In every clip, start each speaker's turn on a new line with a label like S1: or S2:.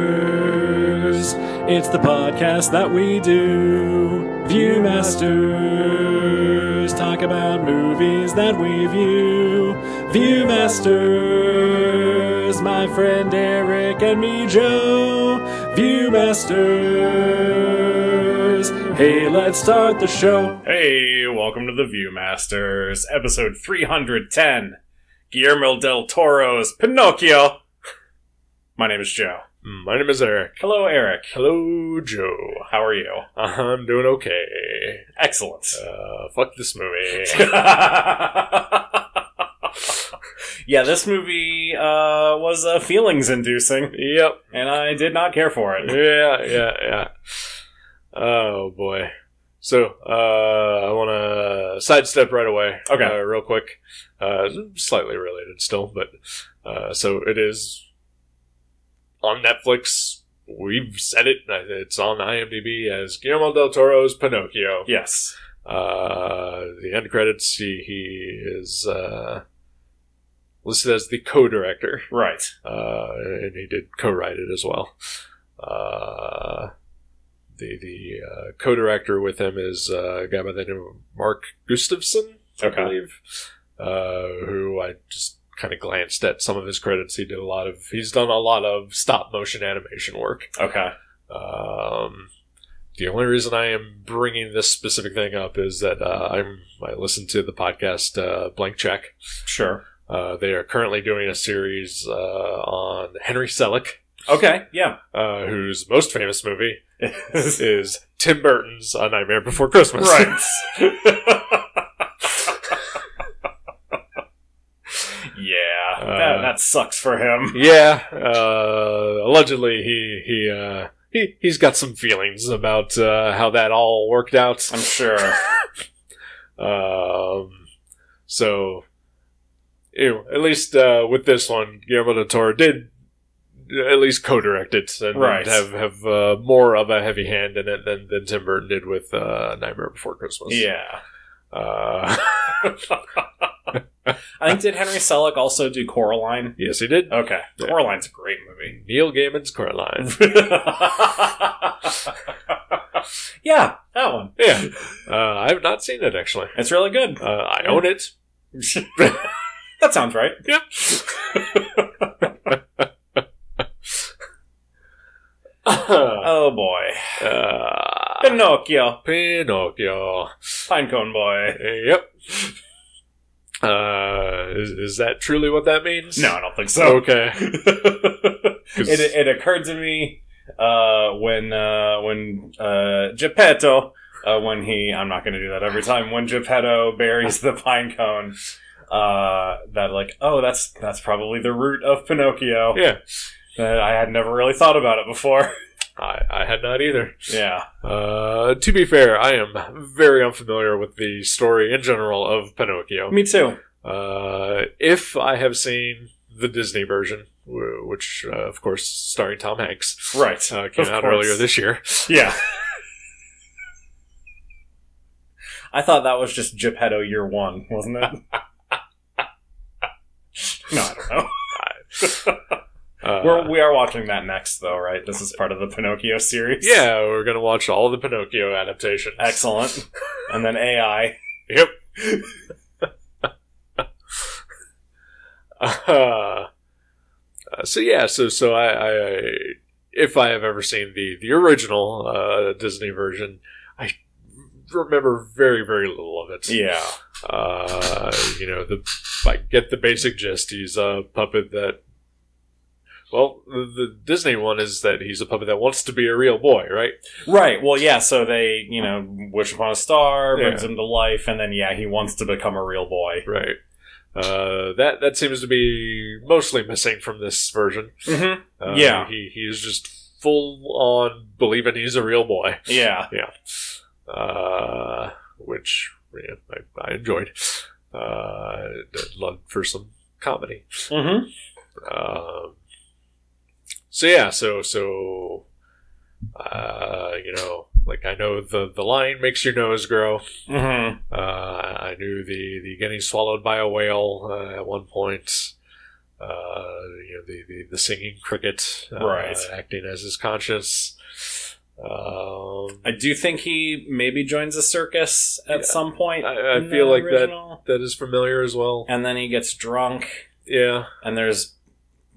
S1: Viewmasters. It's the podcast that we do. Viewmasters. Talk about movies that we view. Viewmasters. My friend Eric and me, Joe. Viewmasters. Hey, let's start the show. Hey, welcome to the Viewmasters, episode 310. Guillermo del Toro's Pinocchio. My name is Joe.
S2: My name is Eric.
S1: Hello, Eric.
S2: Hello, Joe.
S1: How are you?
S2: I'm doing okay.
S1: Excellent.
S2: Uh, fuck this movie.
S1: yeah, this movie uh, was uh, feelings inducing,
S2: yep.
S1: and I did not care for it.
S2: Yeah, yeah, yeah. Oh boy. So, uh, I want to sidestep right away.
S1: Okay.
S2: Uh, real quick. Uh, slightly related still, but uh, so it is on Netflix. We've said it. It's on IMDb as Guillermo del Toro's Pinocchio.
S1: Yes.
S2: Uh, the end credits, he, he is uh, listed as the co director,
S1: Right.
S2: uh, and he did co write it as well. Uh, the the uh, co director with him is uh, a guy by the name of Mark Gustafson, I
S1: Okay.
S2: believe, uh, who I just kind of glanced at some of his credits. He did a lot of, he's done a lot of stop motion animation work.
S1: Okay.
S2: Um, the only reason I am bringing this specific thing up is that uh, I'm I listened to the podcast uh, Blank Check.
S1: Sure.
S2: Uh, they are currently doing a series uh, on Henry Selick,
S1: Okay. Yeah.
S2: uh, whose most famous movie is Tim Burton's A Nightmare Before Christmas.
S1: right. yeah. that,
S2: Uh,
S1: that sucks for him.
S2: yeah. Uh, allegedly, he he uh, he he's got some feelings about uh, how that all worked out.
S1: I'm sure.
S2: Um, so, you know, at least uh, with this one, Guillermo del Toro did at least co-direct it and
S1: Right.
S2: have have uh, more of a heavy hand in it than, than Tim Burton did with uh, Nightmare Before Christmas.
S1: Yeah.
S2: Uh,
S1: I think did Henry Selick also do Coraline?
S2: yes, he did.
S1: Okay.
S2: Yeah.
S1: Coraline's a great movie.
S2: Neil Gaiman's Coraline.
S1: yeah, that one.
S2: yeah, uh, I have not seen it actually.
S1: It's really good.
S2: Uh, I own it.
S1: That sounds right.
S2: Yep.
S1: Oh boy.
S2: uh,
S1: Pinocchio.
S2: Pinocchio.
S1: Pinecone boy.
S2: Yep. Uh, is, is that truly what that means?
S1: No, I don't think so.
S2: Okay.
S1: it,
S2: 'Cause-
S1: it occurred to me uh, when uh, when uh, Geppetto, uh, when he, I'm not going to do that every time, when Geppetto buries the pine cone, uh, that like, oh, that's that's probably the root of Pinocchio.
S2: yeah,
S1: That I had never really thought about it before.
S2: I, I had not either.
S1: yeah.
S2: Uh, to be fair, I am very unfamiliar with the story in general of Pinocchio.
S1: Me too.
S2: Uh, if I have seen the Disney version, wh- which, uh, of course, starring Tom Hanks,
S1: Right.
S2: uh, came
S1: Of
S2: out
S1: course.
S2: earlier this year.
S1: Yeah. I thought that was just Geppetto year one, wasn't it? no, I don't know.
S2: Uh,
S1: We're, we are watching that next, though, right? This is part of the Pinocchio series.
S2: yeah, we're gonna watch all the Pinocchio adaptations.
S1: Excellent. And then AI.
S2: Yep. uh, so yeah, so so I, I, if I have ever seen the the original uh, Disney version, I remember very very little of it.
S1: Yeah.
S2: Uh, you know, the I get the basic gist. He's a puppet that. Well, the, the Disney one is that he's a puppet that wants to be a real boy, right?
S1: Right. Well, yeah, so they, you know, wish upon a star, brings
S2: Yeah.
S1: him to life, and then, yeah, he wants to become a real boy.
S2: Right. Uh, that that seems to be mostly missing from this version.
S1: Mm-hmm.
S2: Uh,
S1: Yeah.
S2: he he is just full on believing he's a real boy.
S1: Yeah.
S2: Yeah, uh, which yeah, I, I enjoyed. Uh, I'd love for some comedy.
S1: Mm-hmm.
S2: Um, so yeah, so so uh, you know, like I know the the line makes your nose grow.
S1: Mm-hmm.
S2: Uh, I knew the the getting swallowed by a whale uh, at one point. uh, you know, the, the, the singing cricket, uh,
S1: Right.
S2: acting as his conscience. Um,
S1: I do think he maybe joins a circus at
S2: Yeah.
S1: some point.
S2: I- I
S1: in
S2: feel
S1: the
S2: like that-
S1: original.
S2: that is familiar as well.
S1: and then he gets drunk,
S2: Yeah,
S1: and there's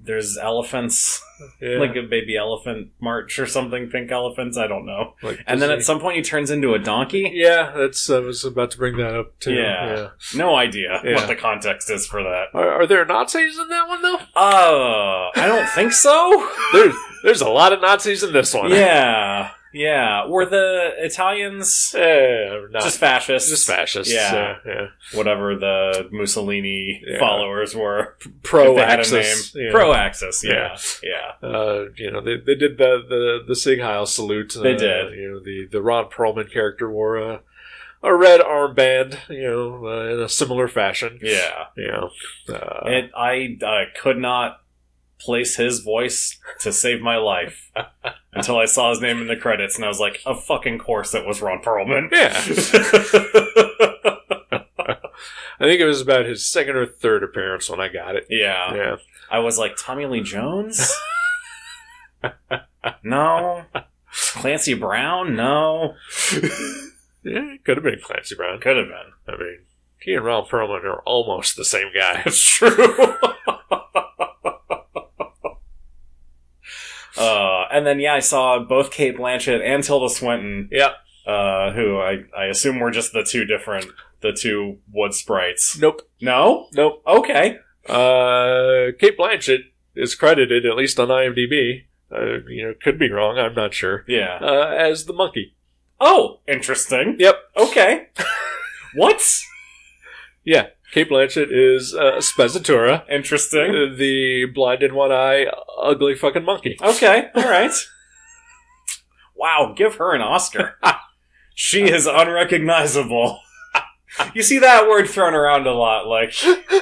S1: there's elephants,
S2: yeah.
S1: like a baby elephant march or something, pink elephants. I don't know.
S2: Like,
S1: And
S2: does
S1: then
S2: he-
S1: at some point, he turns into a donkey.
S2: yeah, that's I was about to bring that up too.
S1: Yeah. No idea
S2: Yeah.
S1: what the context is for that.
S2: Are, are there Nazis in that one though?
S1: Uh, I don't think so.
S2: There's there's a lot of Nazis in this one.
S1: yeah, yeah. Were the Italians
S2: yeah, not,
S1: just
S2: just
S1: fascists?
S2: fascists.
S1: Yeah.
S2: yeah. yeah.
S1: Whatever the Mussolini
S2: Yeah.
S1: followers were.
S2: pro
S1: if they had a
S2: axis.
S1: name.
S2: Yeah.
S1: Pro Axis. Yeah, yeah.
S2: Uh, you know, they, they did the the the Sig Heil salute.
S1: They
S2: Uh,
S1: did.
S2: You know, the the Ron Perlman character wore a a red armband. You know, uh, in a similar fashion.
S1: Yeah,
S2: You know, uh,
S1: it, I uh, could not place his voice to save my life until I saw his name in the credits, and I was like, "Of fucking course, it was Ron Perlman." Yeah,
S2: I think it was about his second or third appearance when I got it.
S1: yeah.
S2: Yeah,
S1: I was like, Tommy Lee Jones? no. Clancy Brown? No.
S2: yeah, it could have been Clancy Brown.
S1: Could have been.
S2: I mean, he and Ron Perlman are almost the same guy.
S1: It's true. uh, and then, yeah, I saw both Kate Blanchett and Tilda Swinton.
S2: Yeah.
S1: Uh, who I, I assume were just the two different, the two wood sprites.
S2: Nope,
S1: No?
S2: nope.
S1: Okay.
S2: Uh, Kate Blanchett is credited, at least on IMDb. Uh, you know, could be wrong. I'm not sure.
S1: Yeah.
S2: uh, as the monkey.
S1: Oh, interesting.
S2: Yep.
S1: Okay. what?
S2: Kate Blanchett is uh, Spezzatura,
S1: Interesting.
S2: the blind in one eye, ugly fucking monkey.
S1: Okay, all right. wow, give her an Oscar. she is unrecognizable. you see that word thrown around a lot, like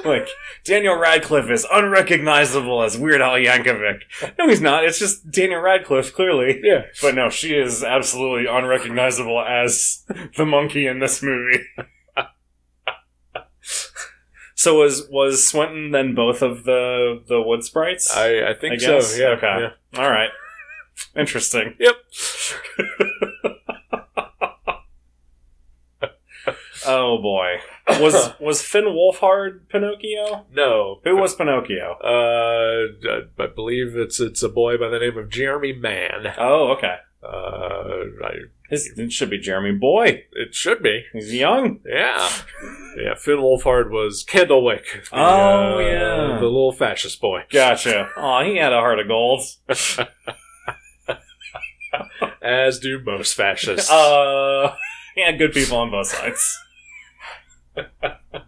S1: like Daniel Radcliffe is unrecognizable as Weird Al Yankovic. No, he's not. It's just Daniel Radcliffe, clearly.
S2: Yeah,
S1: But no, she is absolutely unrecognizable as the monkey in this movie. so was was Swinton then both of the the wood sprites?
S2: I, I think
S1: I
S2: so.
S1: guess?
S2: Yeah.
S1: Okay.
S2: yeah.
S1: All right. Interesting.
S2: Yep.
S1: Oh boy. Was was Finn Wolfhard Pinocchio?
S2: No.
S1: Who was Pinocchio?
S2: Uh, I believe it's it's a boy by the name of Jeremy Mann.
S1: Oh, okay.
S2: Uh, I,
S1: His, it should be Jeremy Boy.
S2: it should be.
S1: He's young.
S2: Yeah. Yeah. Finn Wolfhard was Kendall Wick. the,
S1: Oh,
S2: uh,
S1: yeah.
S2: the little fascist boy,
S1: Gotcha. Oh, he had a heart of gold.
S2: as do most fascists.
S1: Uh, he had good people on both sides.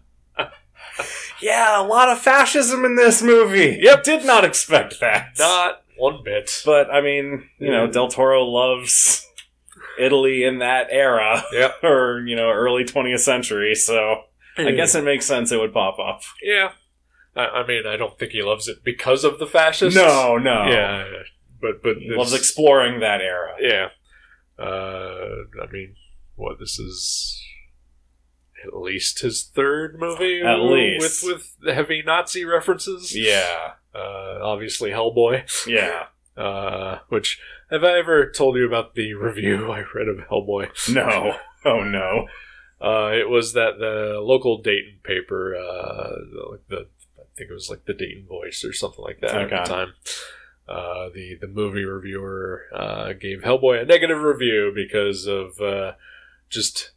S1: yeah, a lot of fascism in this movie. Yep, did not expect that.
S2: Not one bit.
S1: But I mean, you know, Del Toro loves Italy in that era,
S2: Yep.
S1: or you know, early 20th century. So I guess it makes sense it would pop up.
S2: Yeah. I, I mean, I don't think he loves it because of the fascists.
S1: no, no,
S2: Yeah. But but
S1: He Oh. loves
S2: it's-
S1: exploring that era.
S2: Yeah. Uh, I mean, what this is at least his third movie.
S1: At
S2: w-
S1: least.
S2: with with heavy Nazi references.
S1: Yeah,
S2: Uh, obviously Hellboy.
S1: yeah.
S2: Uh, which have I ever told you about the review I read of Hellboy?
S1: No, oh no.
S2: Uh, it was that the local Dayton paper, uh, like the I think it was like the Dayton Voice or something like that
S1: Okay.
S2: at the time. Uh, the the movie reviewer uh, gave Hellboy a negative review because of uh, just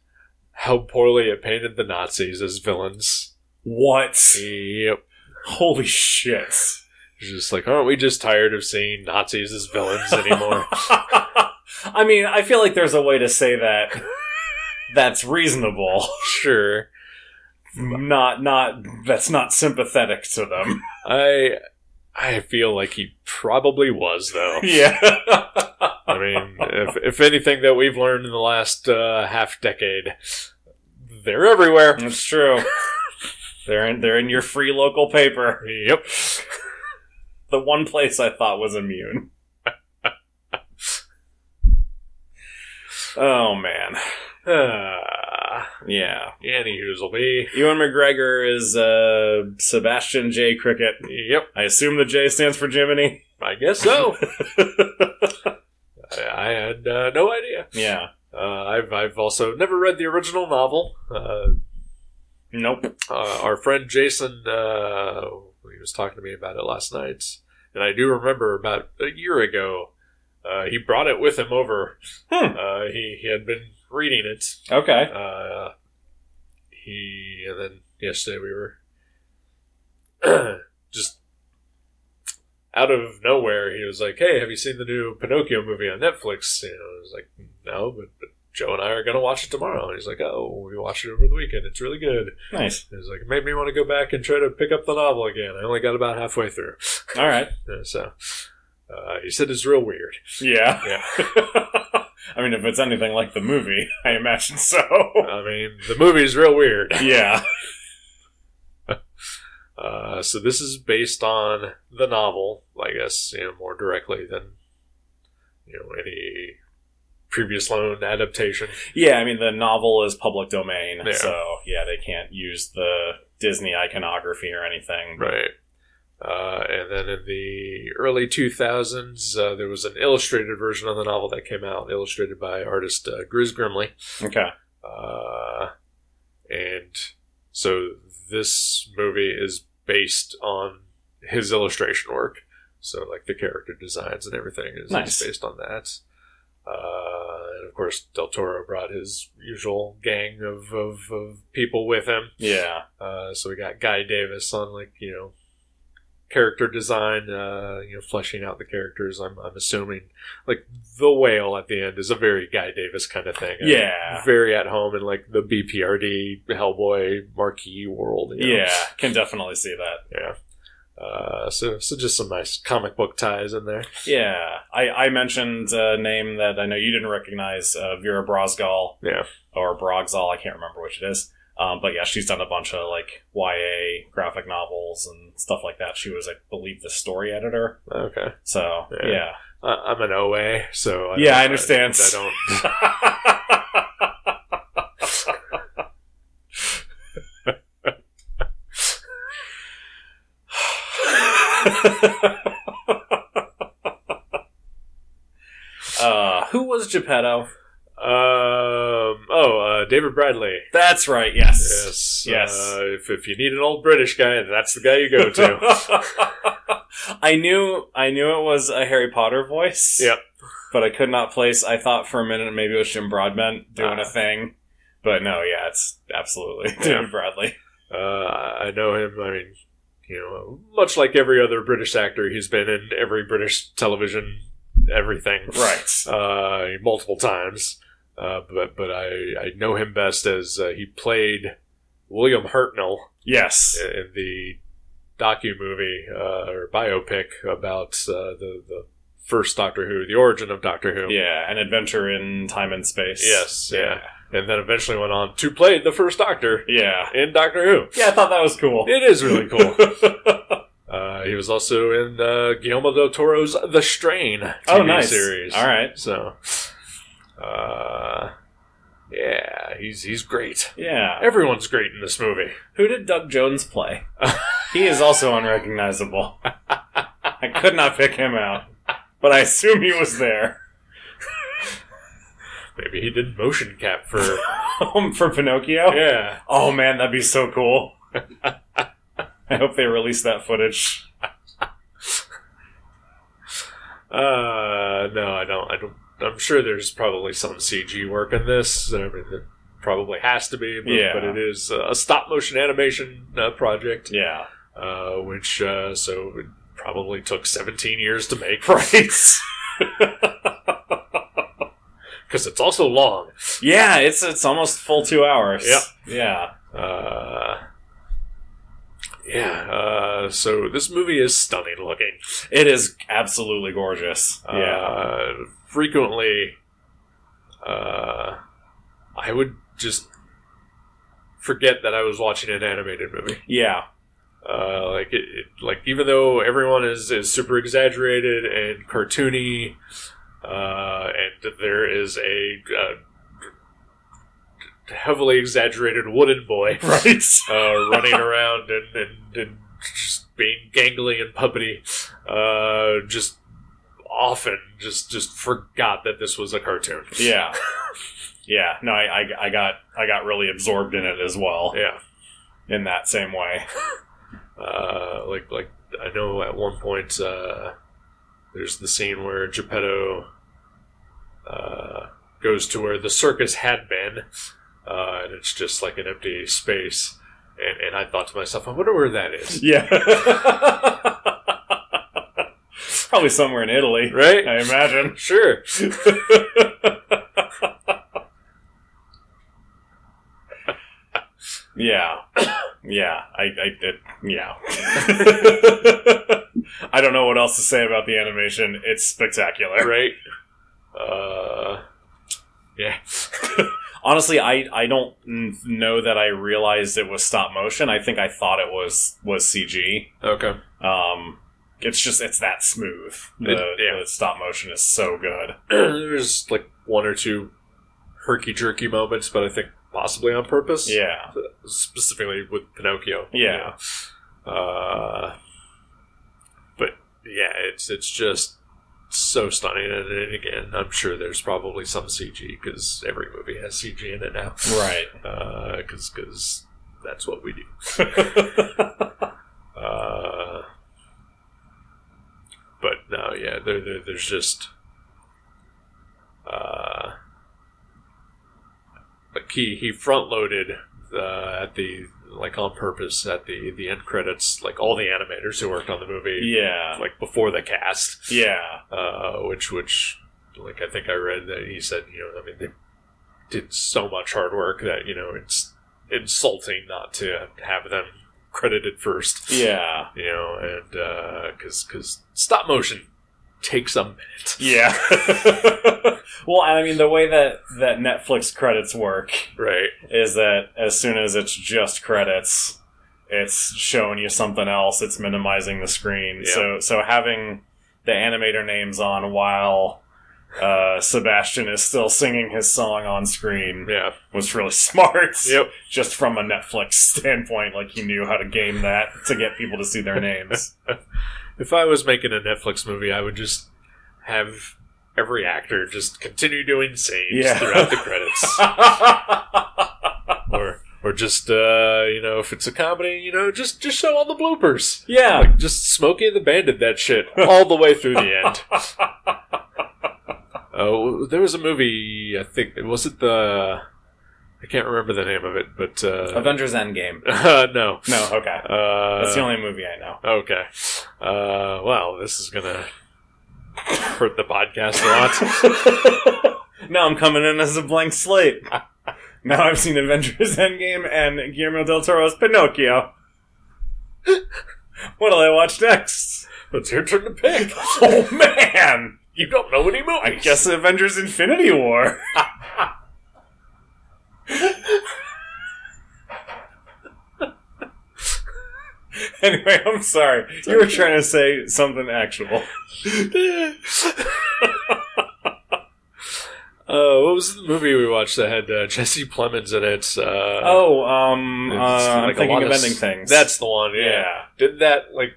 S2: how poorly it painted the Nazis as villains.
S1: What?
S2: Yep,
S1: Holy shit!
S2: It's just like aren't we just tired of seeing Nazis as villains anymore?
S1: I mean, I feel like there's a way to say that. That's reasonable.
S2: sure,
S1: Not, not. That's not sympathetic to them.
S2: I I feel like he probably was though.
S1: Yeah.
S2: I mean, if, if anything that we've learned in the last uh, half decade, they're everywhere.
S1: That's true. they're in they're in your free local paper.
S2: Yep.
S1: The one place I thought was immune. oh man.
S2: Ah.
S1: Yeah.
S2: Annie Hoozleby.
S1: Ewan McGregor is uh, Sebastian J. Cricket.
S2: Yep,
S1: I assume the J stands for Jiminy.
S2: I guess so. I, I had uh, no idea.
S1: Yeah.
S2: Uh, I've I've also never read the original novel. Uh,
S1: Nope.
S2: uh, our friend Jason, uh, he was talking to me about it last night, and I do remember about a year ago, uh, he brought it with him over.
S1: Hmm.
S2: Uh, he he had been reading it.
S1: Okay.
S2: Uh, he and then yesterday we were just out of nowhere. He was like, "Hey, have you seen the new Pinocchio movie on Netflix?" You know, I was like, "No," but, but Joe and I are gonna watch it tomorrow. And he's like, "Oh, we watched it over the weekend. It's really good."
S1: Nice.
S2: It was like, it made me want to go back and try to pick up the novel again. I only got about halfway through.
S1: All right.
S2: Uh, So, uh, he said it's real weird.
S1: Yeah.
S2: Yeah.
S1: I mean, if it's anything like the movie, I imagine so.
S2: I mean, the movie's real weird.
S1: yeah.
S2: Uh, so this is based on the novel, I guess, you know, more directly than, you know, any previous loan adaptation.
S1: Yeah, I mean, the novel is public domain,
S2: Yeah.
S1: so yeah, they can't use the Disney iconography or anything.
S2: Right. Uh, and then in the early 2000s, uh, there was an illustrated version of the novel that came out, illustrated by artist uh, Grizz Grimley.
S1: Okay.
S2: Uh, and so this movie is based on his illustration work. So, like the character designs and everything is
S1: Nice.
S2: based on that. Uh, and of course, Del Toro brought his usual gang of, of, of people with him.
S1: Yeah.
S2: Uh, so we got Guy Davis on like you know character design, uh, you know fleshing out the characters. I'm I'm assuming like the whale at the end is a very Guy Davis kind of thing.
S1: Yeah.
S2: very at home in like the BPRD Hellboy marquee world. you know?
S1: Yeah. Can definitely see that.
S2: yeah. Uh, so so just some nice comic book ties in there.
S1: Yeah. I, I mentioned a name that I know you didn't recognize uh, Vera Brosgal.
S2: Yeah.
S1: Or Brogzal. I can't remember which it is. Um, but yeah, she's done a bunch of like YA graphic novels and stuff like that. She was, I believe, the story editor.
S2: Okay,
S1: So
S2: Yeah.
S1: yeah.
S2: I, I'm an OA, so
S1: Yeah,
S2: don't-
S1: I understand.
S2: I, don't.
S1: uh, who was Geppetto?
S2: Um. Oh, uh, David Bradley.
S1: That's right. Yes.
S2: Yes.
S1: Yes.
S2: Uh, if, if you need an old British guy, that's the guy you go to.
S1: I knew. I knew it was a Harry Potter voice.
S2: Yep.
S1: But I could not place. I thought for a minute maybe it was Jim Broadbent doing
S2: Ah.
S1: a thing, but no. Yeah, it's absolutely
S2: Yeah.
S1: David Bradley.
S2: uh, I know him. I mean, you know, much like every other British actor, he's been in every British television, everything,
S1: Right.
S2: uh, multiple times. Uh, but but I, I know him best as uh, he played William Hartnell
S1: Yes.
S2: in the docu movie uh, or biopic about uh, the the first Doctor Who, the origin of Doctor Who.
S1: Yeah, an adventure in time and space.
S2: Yes,
S1: Yeah.
S2: yeah. and then eventually went on to play the first Doctor
S1: Yeah.
S2: in Doctor Who.
S1: Yeah, I thought that was cool.
S2: It is really cool. uh, he was also in uh, Guillermo del Toro's The Strain TV
S1: oh, nice.
S2: series.
S1: All right.
S2: so uh, yeah, he's he's great.
S1: Yeah.
S2: Everyone's great in this movie.
S1: Who did Doug Jones play? he is also unrecognizable. I could not pick him out, but I assume he was there
S2: Maybe he did motion cap for
S1: Um, for Pinocchio.
S2: yeah.
S1: Oh man, that'd be so cool. I hope they release that footage.
S2: Uh, no, I don't. I don't. I'm sure there's probably some CG work in this. I mean, there probably has to be, but,
S1: Yeah.
S2: but it is uh, a stop motion animation uh, project.
S1: Yeah.
S2: uh, which uh, so it probably took 17 years to make
S1: Right.
S2: because it's also long.
S1: yeah, it's it's almost full two hours.
S2: Yeah.
S1: Yeah.
S2: Uh, yeah, uh, so this movie is stunning looking.
S1: It is absolutely gorgeous. yeah.
S2: Uh, frequently, uh, I would just forget that I was watching an animated movie.
S1: Yeah.
S2: Uh, like it, it, like even though everyone is, is super exaggerated and cartoony, uh, and there is a uh, heavily exaggerated wooden boy
S1: Right.
S2: uh, running around and, and, and just being gangly and puppety. Uh, just often just just forgot that this was a cartoon.
S1: Yeah. Yeah. No, I, I, I got I got really absorbed in it as well
S2: Yeah.
S1: in that same way.
S2: Uh, like like I know at one point uh, there's the scene where Geppetto uh, goes to where the circus had been, uh, and it's just like an empty space. And, and I thought to myself, I wonder where that is.
S1: Yeah. Probably somewhere in Italy,
S2: Right?
S1: I imagine.
S2: Sure.
S1: Yeah, yeah. I, I it, yeah. I don't know what else to say about the animation. It's spectacular.
S2: Right? Uh, yeah.
S1: Honestly, I I don't n- know that I realized it was stop motion. I think I thought it was was CG.
S2: Okay.
S1: Um, it's just it's that smooth. The,
S2: It- yeah.
S1: the stop motion is so good.
S2: There's like one or two herky jerky moments, but I think possibly on purpose.
S1: Yeah,
S2: specifically with Pinocchio.
S1: Yeah.
S2: Yeah. Uh, but yeah, it's it's just so stunning, and, and again, I'm sure there's probably some CG because every movie has CG in it now,
S1: right.
S2: Because because that's what we do. Uh, but no, yeah, there, there there's just. Uh, like he he front loaded uh, at the like on purpose at the the end credits like all the animators who worked on the movie
S1: yeah,
S2: like before the cast
S1: yeah,
S2: uh, which which like I think I read that he said you know I mean they did so much hard work that you know it's insulting not to have them credited first
S1: yeah,
S2: you know and because because stop motion takes a minute
S1: yeah. well, and I mean the way that that Netflix credits work
S2: right
S1: is that as soon as it's just credits, it's showing you something else. It's minimizing the screen.
S2: Yeah.
S1: So so having the animator names on while uh, Sebastian is still singing his song on screen
S2: yeah
S1: was really smart.
S2: yep
S1: Just from a Netflix standpoint, like he knew how to game that to get people to see their names.
S2: If I was making a Netflix movie, I would just have every actor just continue doing scenes
S1: Yeah.
S2: throughout the credits, or or just uh, you know, if it's a comedy, you know, just just show all the bloopers,
S1: yeah.
S2: like uh, just Smokey the Bandit that shit all the way through the end. Oh, there was a movie. I think was it the. I can't remember the name of it, but uh,
S1: Avengers Endgame.
S2: no,
S1: No, okay.
S2: uh,
S1: That's the only movie I know.
S2: Okay. Uh, well, this is gonna hurt the podcast a lot.
S1: now I'm coming in as a blank slate. Now I've seen Avengers Endgame and Guillermo del Toro's Pinocchio. What'll I watch next?
S2: It's your turn to pick.
S1: Oh man!
S2: You don't know any movies.
S1: I guess Avengers Infinity War. anyway, I'm sorry. You were trying to say something actual.
S2: Uh, what was the movie we watched that had uh, Jesse Plemons in it? Uh,
S1: Oh, um, uh,
S2: it's
S1: I'm
S2: like a
S1: thinking
S2: lot
S1: of
S2: of
S1: ending
S2: s-
S1: things.
S2: that's the one. Yeah.
S1: yeah.
S2: Did that like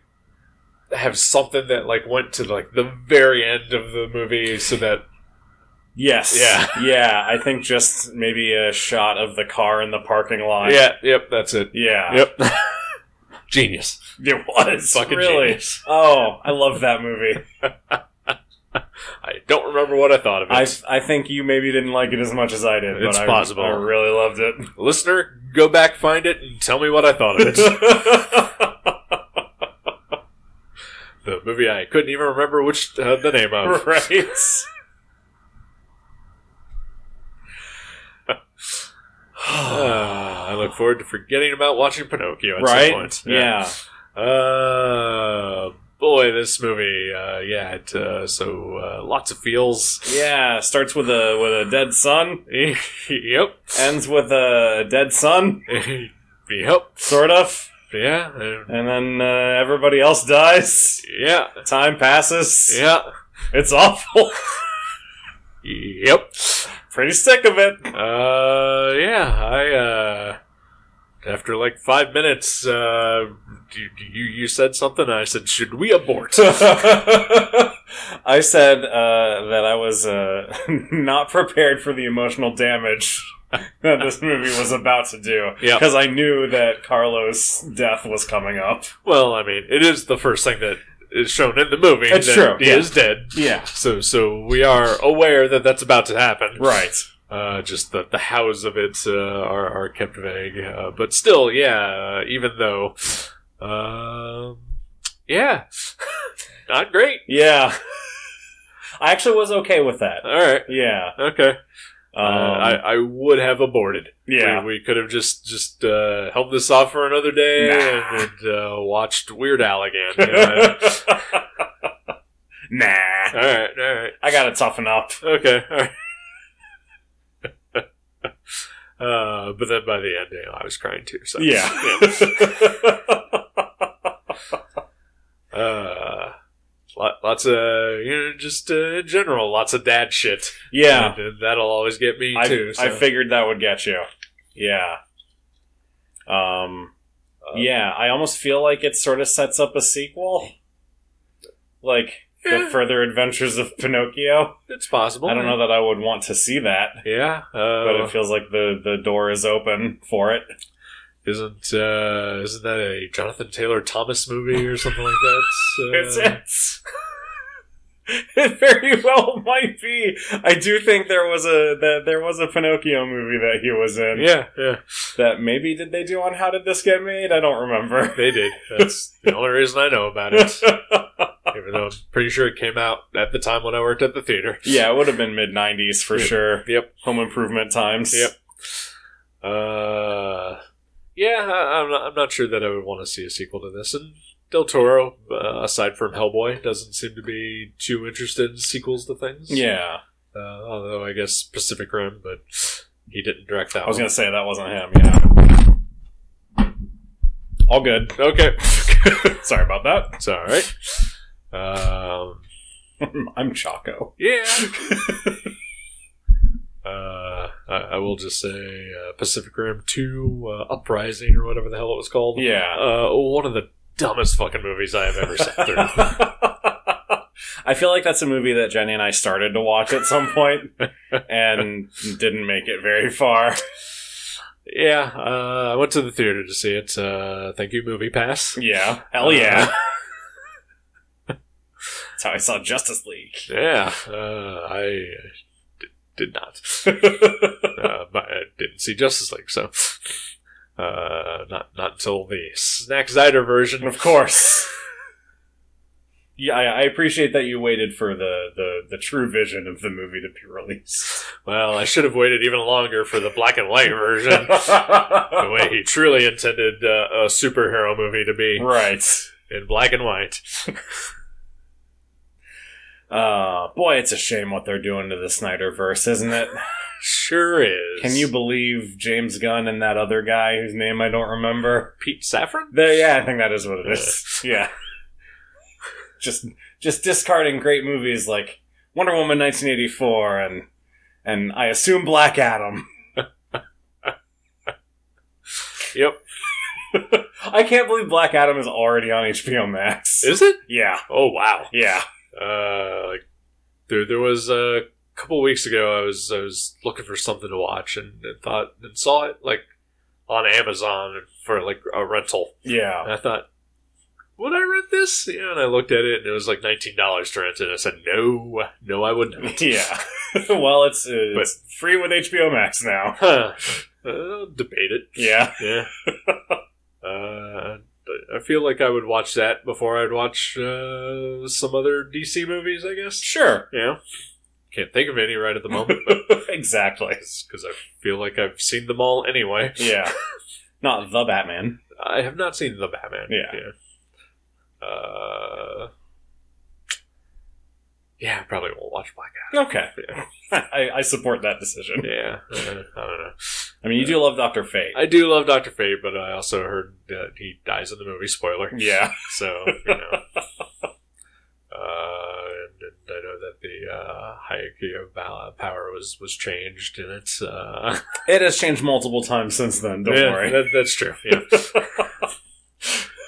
S2: have something that like went to like the very end of the movie so that
S1: Yes.
S2: Yeah.
S1: Yeah. I think just maybe a shot of the car in the parking lot.
S2: yeah, yep, that's it.
S1: Yeah.
S2: Yep. Genius.
S1: It was
S2: Fucking
S1: really.
S2: genius.
S1: Oh, I love that movie.
S2: I don't remember what I thought of it.
S1: I I think you maybe didn't like it as much as I did.
S2: It's
S1: but I-
S2: possible.
S1: I, really loved it.
S2: Listener, go back, find it, and tell me what I thought of it. the movie I couldn't even remember which uh, the name of.
S1: right.
S2: Ah, I look forward to forgetting about watching Pinocchio at some
S1: right.
S2: point.
S1: Yeah.
S2: Uh, boy, this movie. Uh, yeah. It, uh, so uh, lots of feels.
S1: Yeah. Starts with a with a dead son.
S2: yep.
S1: Ends with a dead son.
S2: yep.
S1: Sort of.
S2: Yeah. and-
S1: And then uh, everybody else dies.
S2: Yeah.
S1: Time passes.
S2: Yeah.
S1: It's awful.
S2: Yep.
S1: Pretty sick of it.
S2: Uh, yeah, I, uh, after like five minutes, uh, you, you, you said something, and I said, should we abort?
S1: I said uh, that I was uh, not prepared for the emotional damage that this movie was about to do
S2: Yeah.
S1: because I knew that Carlos' death was coming up.
S2: well, I mean, it is the first thing that is shown in the movie.
S1: It's
S2: that
S1: true,
S2: He
S1: yeah.
S2: is dead.
S1: Yeah,
S2: So, so we are aware that that's about to happen.
S1: right.
S2: Uh, just the, the hows of it uh, are, are kept vague. Uh, but still, yeah, uh, even though, um, yeah, not great.
S1: Yeah, I actually was okay with that.
S2: All right.
S1: Yeah,
S2: Okay.
S1: um,
S2: Uh, I, I would have aborted.
S1: yeah,
S2: We, we could have just just uh, held this off for another day
S1: Nah.
S2: and, and, uh, watched Weird Al again. Uh,
S1: nah.
S2: all right, all right,
S1: I gotta toughen up.
S2: okay, all right. uh, but then by the end, you know, I was crying too. So
S1: Yeah.
S2: Uh, lot, lots of you know, just uh, in general, lots of dad shit.
S1: yeah.
S2: And, uh, that'll always get me
S1: I,
S2: too.
S1: I
S2: so.
S1: figured that would get you. Yeah. Um,
S2: Uh,
S1: yeah, I almost feel like it sort of sets up a sequel. Like,
S2: Yeah.
S1: The Further Adventures of Pinocchio.
S2: it's possible.
S1: I don't know that I would want to see that,
S2: Yeah, uh,
S1: but it feels like the, the door is open for it.
S2: Isn't uh, isn't that a Jonathan Taylor Thomas movie or something like that? uh,
S1: It's, it's it very well might be. I do think there was a that there was a Pinocchio movie that he was in.
S2: yeah, yeah,
S1: That maybe did they do on How Did This Get Made? I don't remember.
S2: they did. That's the only reason I know about it. Even though I'm pretty sure it came out at the time when I worked at the theater.
S1: yeah, it would have been mid '90s for
S2: Yeah.
S1: sure.
S2: Yep.
S1: Home Improvement times.
S2: Yep. Uh, yeah, I, I'm, not, I'm not sure that I would want to see a sequel to this. And Del Toro, uh, aside from Hellboy, doesn't seem to be too interested in sequels to things.
S1: Yeah,
S2: Uh, although I guess Pacific Rim, but he didn't direct that.
S1: I was
S2: one.
S1: gonna say that wasn't him. Yeah. All good.
S2: Okay,
S1: Sorry about that.
S2: it's all right. Um,
S1: I'm Choco.
S2: yeah. Uh, I, I will just say uh, Pacific Rim 2 uh, Uprising or whatever the hell it was called.
S1: Yeah.
S2: Uh, one of the dumbest fucking movies I have ever sat through.
S1: I feel like that's a movie that Jenny and I started to watch at some point and didn't make it very far.
S2: Yeah, uh, I went to the theater to see it. Uh, thank you, Movie Pass.
S1: Yeah. Hell
S2: Uh.
S1: yeah. That's how I saw Justice League.
S2: Yeah, uh, I did, did not, uh, but I didn't see Justice League, so uh, not not until the Snack Zider version.
S1: Of course. Yeah, I, I appreciate that you waited for the, the, the true vision of the movie to be released.
S2: Well, I should have waited even longer for the black and white version, the way he truly intended uh, a superhero movie to be
S1: right.
S2: in black and white.
S1: Uh, boy, it's a shame what they're doing to the Snyderverse, isn't it?
S2: Sure is.
S1: Can you believe James Gunn and that other guy whose name I don't remember?
S2: Pete Saffron?
S1: There, yeah, I think that is what it is. Yeah, just just discarding great movies like Wonder Woman 1984 and and I assume Black Adam.
S2: Yep.
S1: I can't believe Black Adam is already on HBO Max.
S2: Is it?
S1: yeah,
S2: Oh wow.
S1: yeah,
S2: uh, like there there was uh, a couple weeks ago I was I was looking for something to watch and, and thought and saw it like on Amazon for like a rental.
S1: yeah.
S2: And I thought, would I rent this? You know, and I looked at it and it was like nineteen dollars to rent it. I said, no, no, I wouldn't.
S1: Yeah. well, it's, it's free with HBO Max now.
S2: Huh. Uh, debate it.
S1: Yeah.
S2: Yeah. uh, I feel like I would watch that before I'd watch uh, some other DC movies. I guess.
S1: Sure.
S2: Yeah. Can't think of any right at the moment.
S1: exactly.
S2: because I feel like I've seen them all anyway.
S1: Yeah. Not the Batman.
S2: I have not seen the Batman.
S1: Yeah.
S2: Yeah. Uh, yeah, I probably won't watch Black
S1: Okay. I, I support that decision.
S2: Adam. Yeah, uh, I don't know.
S1: I mean, you do love Doctor Fate.
S2: I do love Doctor Fate, but I also heard that he dies in the movie. Spoiler.
S1: yeah.
S2: So you know. Uh, and, and I know that the uh, uh, hierarchy of pow- power was was changed, and it's uh,
S1: It has changed multiple times since then. Don't
S2: yeah,
S1: worry.
S2: that, that's true. Yeah,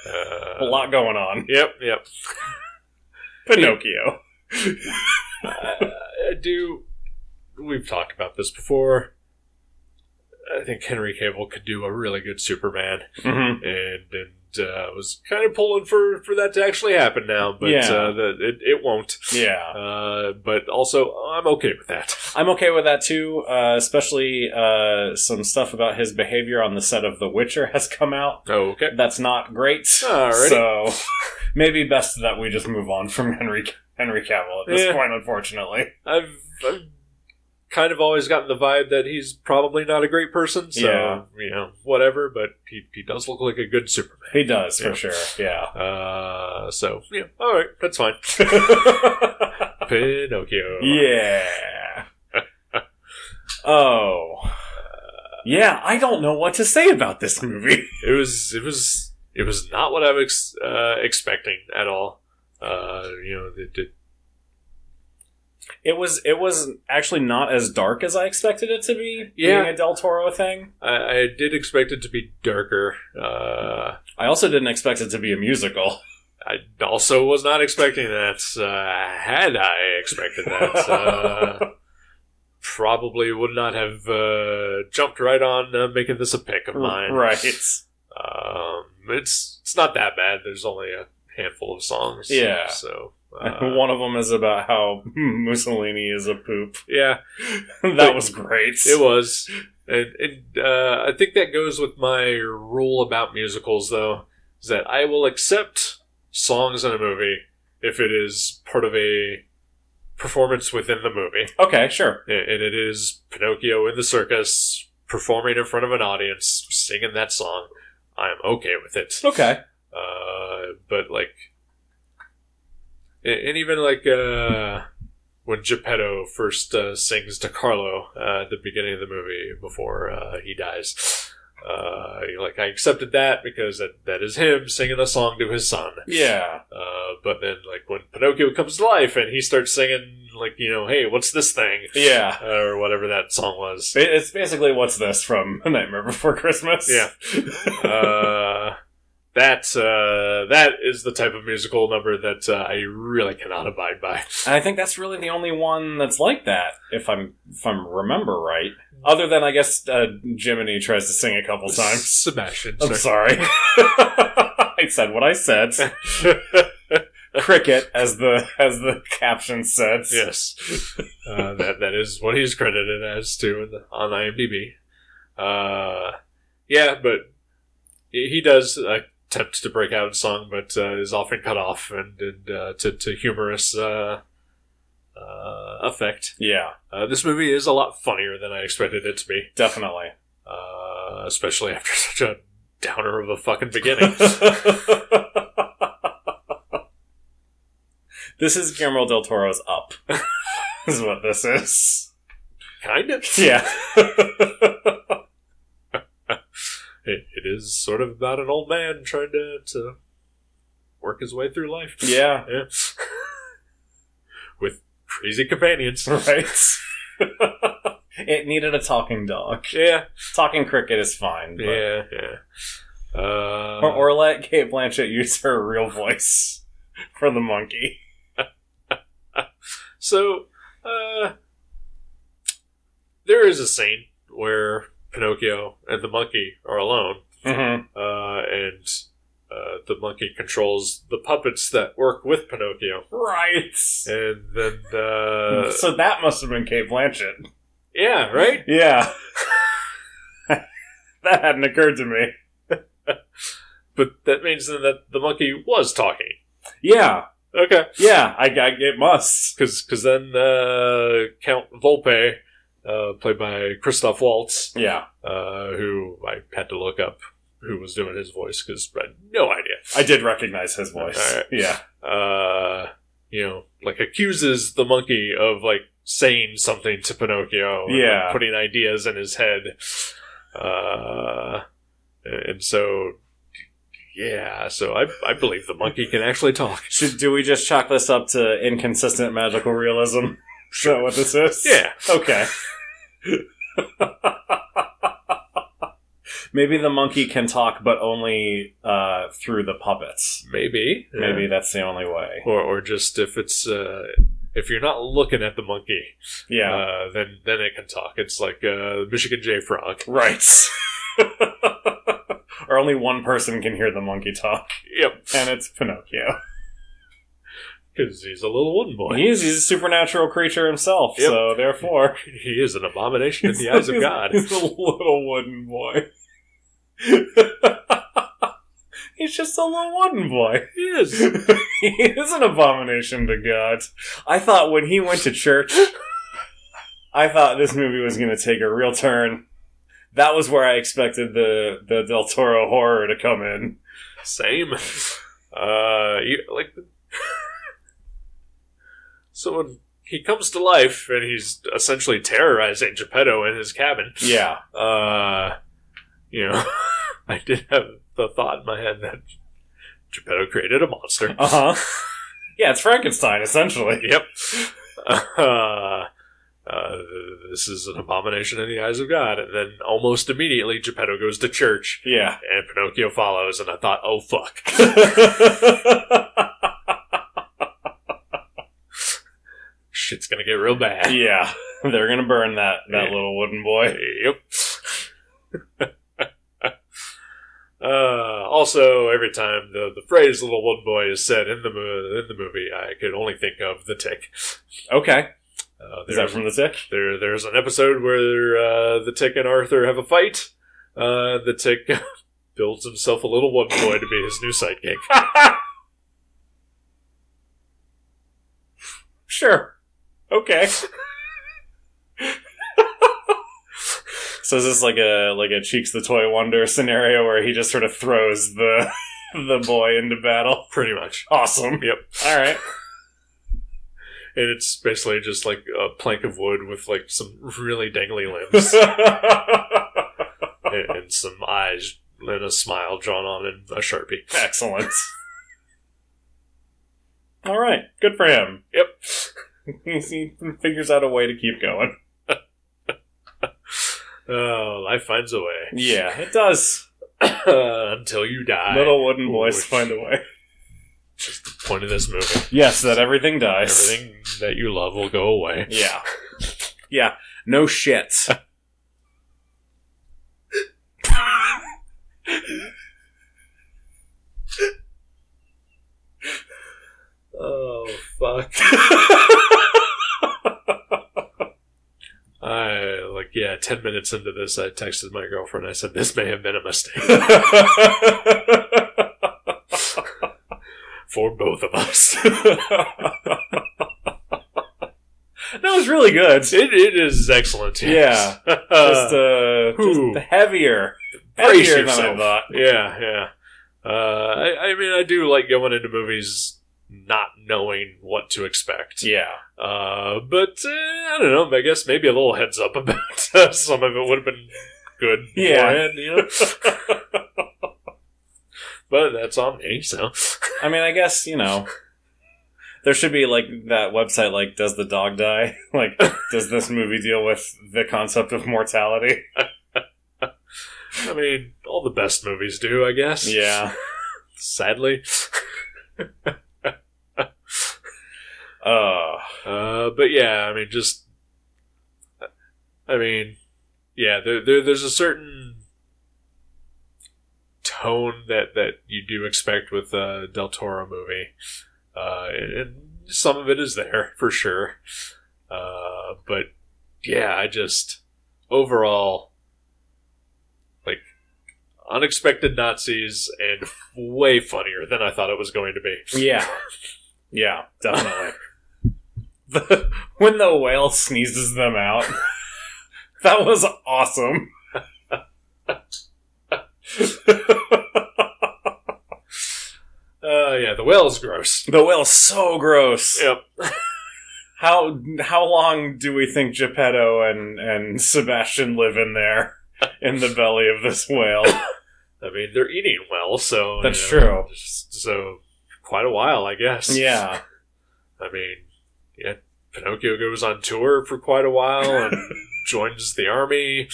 S2: uh,
S1: A lot going on.
S2: Yep, yep.
S1: Pinocchio.
S2: Uh, I do. We've talked about this before. I think Henry Cavill could do a really good Superman,
S1: Mhm.
S2: and and uh, was kind of pulling for for that to actually happen now, but
S1: Yeah.
S2: uh, the, it it won't.
S1: Yeah.
S2: Uh, but also, I'm okay with that.
S1: I'm okay with that too, uh, especially uh, some stuff about his behavior on the set of The Witcher has come out.
S2: Okay.
S1: That's not great.
S2: Alrighty.
S1: So maybe best that we just move on from Henry Henry Cavill at this
S2: Yeah.
S1: point, unfortunately.
S2: I've, I've kind of always gotten the vibe that he's probably not a great person, so
S1: Yeah.
S2: you know, whatever. But he, he does look like a good Superman.
S1: He does
S2: Yeah.
S1: for sure. Yeah.
S2: Uh, so yeah, all right, that's fine. Pinocchio.
S1: Yeah. oh. Yeah, I don't know what to say about this movie.
S2: it was it was it was not what I was uh, expecting at all. Uh, you know, it, it,
S1: It was it was actually not as dark as I expected it to be.
S2: Yeah.
S1: Being a Del Toro thing.
S2: I, I did expect it to be darker. Uh,
S1: I also didn't expect it to be a musical.
S2: I also was not expecting that. Uh, had I expected that, uh, probably would not have uh, jumped right on uh, making this a pick of mine.
S1: Right.
S2: Um, it's it's not that bad. There's only a handful of songs.
S1: Yeah.
S2: So uh,
S1: One of them is about how Mussolini is a poop.
S2: yeah,
S1: that was great.
S2: it was. And, and uh, I think that goes with my rule about musicals, though, is that I will accept songs in a movie if it is part of a performance within the movie.
S1: Okay, sure.
S2: and and it is Pinocchio in the circus performing in front of an audience singing that song. I'm okay with it.
S1: Okay.
S2: Uh, but like, and and even like uh, when Geppetto first uh, sings to Carlo uh, at the beginning of the movie before uh, he dies. Uh, like I accepted that because that, that is him singing a song to his son.
S1: Yeah.
S2: Uh, but then like when Pinocchio comes to life and he starts singing like, you know, Hey, what's this thing? Uh,
S1: Yeah.
S2: or whatever that song was.
S1: It- It's basically what's this from A Nightmare Before Christmas.
S2: Yeah. uh, that uh, that is the type of musical number that uh, I really cannot abide by.
S1: And I think that's really the only one that's like that, if I'm if I'm remember right. Other than I guess uh, Jiminy tries to sing a couple times.
S2: Sebastian.
S1: I'm
S2: sorry.
S1: sorry. I said what I said. Cricket, as the as the caption says.
S2: yes, uh, that that is what he's credited as to in the, on IMDb. Uh, yeah, but he he does attempt to break out in song, but uh, is often cut off and, and uh, to to humorous uh, uh, effect.
S1: Yeah,
S2: Uh, this movie is a lot funnier than I expected it to be,
S1: definitely.
S2: uh, especially after such a downer of a fucking beginning.
S1: This is Guillermo del Toro's Up. is what this is.
S2: kind of.
S1: Yeah.
S2: It, it is sort of about an old man trying to, to work his way through life.
S1: Yeah.
S2: Yeah. With crazy companions.
S1: Right. it needed a talking dog.
S2: Yeah.
S1: Talking cricket is fine. but-
S2: Yeah. Yeah. Uh,
S1: Or, or let Kate Blanchett use her real voice for the monkey.
S2: So, uh, there is a scene where Pinocchio and the monkey are alone,
S1: Mm-hmm.
S2: uh, and uh, the monkey controls the puppets that work with Pinocchio.
S1: Right.
S2: And then, uh,
S1: so that must have been Kate Blanchett.
S2: yeah, right.
S1: Yeah. that hadn't occurred to me.
S2: But that means then that the monkey was talking.
S1: Yeah.
S2: Okay,
S1: Yeah. I, I it must.
S2: because then uh, Count Volpe, uh, played by Christoph Waltz,
S1: Yeah.
S2: uh, who I had to look up who was doing his voice because I had no idea.
S1: I did recognize his voice.
S2: Alright.
S1: Yeah.
S2: uh, you know, like accuses the monkey of like saying something to Pinocchio, and, like,
S1: Yeah.
S2: putting ideas in his head, uh, and so yeah, so I I believe the monkey can actually talk.
S1: Should do we just chalk this up to inconsistent magical realism? Sure. what this is?
S2: Yeah.
S1: Okay. Maybe the monkey can talk, but only uh, through the puppets.
S2: Maybe.
S1: Maybe that's the only way.
S2: Or, or just if it's uh, if you're not looking at the monkey,
S1: Yeah.
S2: uh, then then it can talk. It's like uh, Michigan J Frog.
S1: right. or only one person can hear the monkey talk,
S2: Yep,
S1: and it's Pinocchio.
S2: because he's a little wooden boy.
S1: He is, he's a supernatural creature himself,
S2: Yep.
S1: so therefore.
S2: He is an abomination in the eyes of God.
S1: He's a little wooden boy. he's just a little wooden boy.
S2: He is.
S1: he is an abomination to God. I thought when he went to church, I thought this movie was going to take a real turn. That was where I expected the, the Del Toro horror to come in.
S2: Same. Uh, you, like so when he comes to life and he's essentially terrorizing Geppetto in his cabin.
S1: Yeah.
S2: Uh, you know, I did have the thought in my head that Geppetto created a monster.
S1: Uh huh. Yeah, it's Frankenstein, essentially.
S2: Yep. Uh, uh, this is an abomination in the eyes of God. And then almost immediately, Geppetto goes to church
S1: Yeah.
S2: and Pinocchio follows. And I thought, oh fuck. shit's gonna get real bad.
S1: yeah. They're going to burn that, that
S2: Yeah.
S1: little wooden boy.
S2: Yep. uh, also, every time the, the phrase "little wooden boy" is said in the mo- in the movie, I could only think of the Tick.
S1: Okay.
S2: Uh,
S1: Is that
S2: there's,
S1: from the tick?
S2: there, there's an episode where uh, the Tick and Arthur have a fight. Uh, the Tick builds himself a little wooden boy to be his new sidekick.
S1: Sure. Okay. so is this like a like a cheeks the toy wonder scenario where he just sort of throws the the boy into battle?
S2: Pretty much.
S1: Awesome.
S2: Yep.
S1: All right.
S2: And it's basically just like a plank of wood with like some really dangly limbs. and, and some eyes and a smile drawn on in a sharpie.
S1: Excellent. All right. Good for him.
S2: Yep.
S1: He- he figures out a way to keep going.
S2: Oh, life finds a way Uh,
S1: Yeah, it does.
S2: until you die.
S1: Little wooden boys
S2: Which-
S1: find a way.
S2: Just the point of this movie.
S1: Yes, that everything dies.
S2: Everything that you love will go away.
S1: Yeah. Yeah. No shit.
S2: Oh fuck! I like yeah. Ten minutes into this, I texted my girlfriend. I said this may have been a mistake for both of us.
S1: That was really good.
S2: it, it is excellent. yes.
S1: Just, uh,
S2: Ooh.
S1: just heavier.
S2: Brace
S1: Heavier than I
S2: yourself.
S1: thought.
S2: Yeah, yeah. Uh, I, I mean, I do like going into movies not knowing what to expect.
S1: Yeah.
S2: Uh, but uh, I don't know. I guess maybe a little heads up about uh, some of it would have been good.
S1: Yeah.
S2: beforehand, you know. but that's on me. So
S1: I mean, I guess, you know, there should be, like, that website, like, does the dog die? Like, does this movie deal with the concept of mortality?
S2: I mean, all the best movies do, I guess.
S1: Yeah.
S2: Sadly.
S1: Uh,
S2: Uh, but yeah, I mean, just, I mean, yeah, there, there there's a certain tone that that you do expect with a Del Toro movie, uh, and, and some of it is there for sure. Uh, but yeah, I just overall like unexpected Nazis and way funnier than I thought it was going to be.
S1: yeah. Yeah, definitely. the, when the whale sneezes them out, that was awesome.
S2: Uh, yeah, the whale's gross.
S1: The whale's so gross.
S2: Yep.
S1: How how long do we think Geppetto and, and Sebastian live in there in the belly of this whale?
S2: I mean, they're eating well, so
S1: That's
S2: you know,
S1: true.
S2: just- So quite a while, I guess.
S1: yeah.
S2: I mean, yeah, Pinocchio goes on tour for quite a while and joins the army.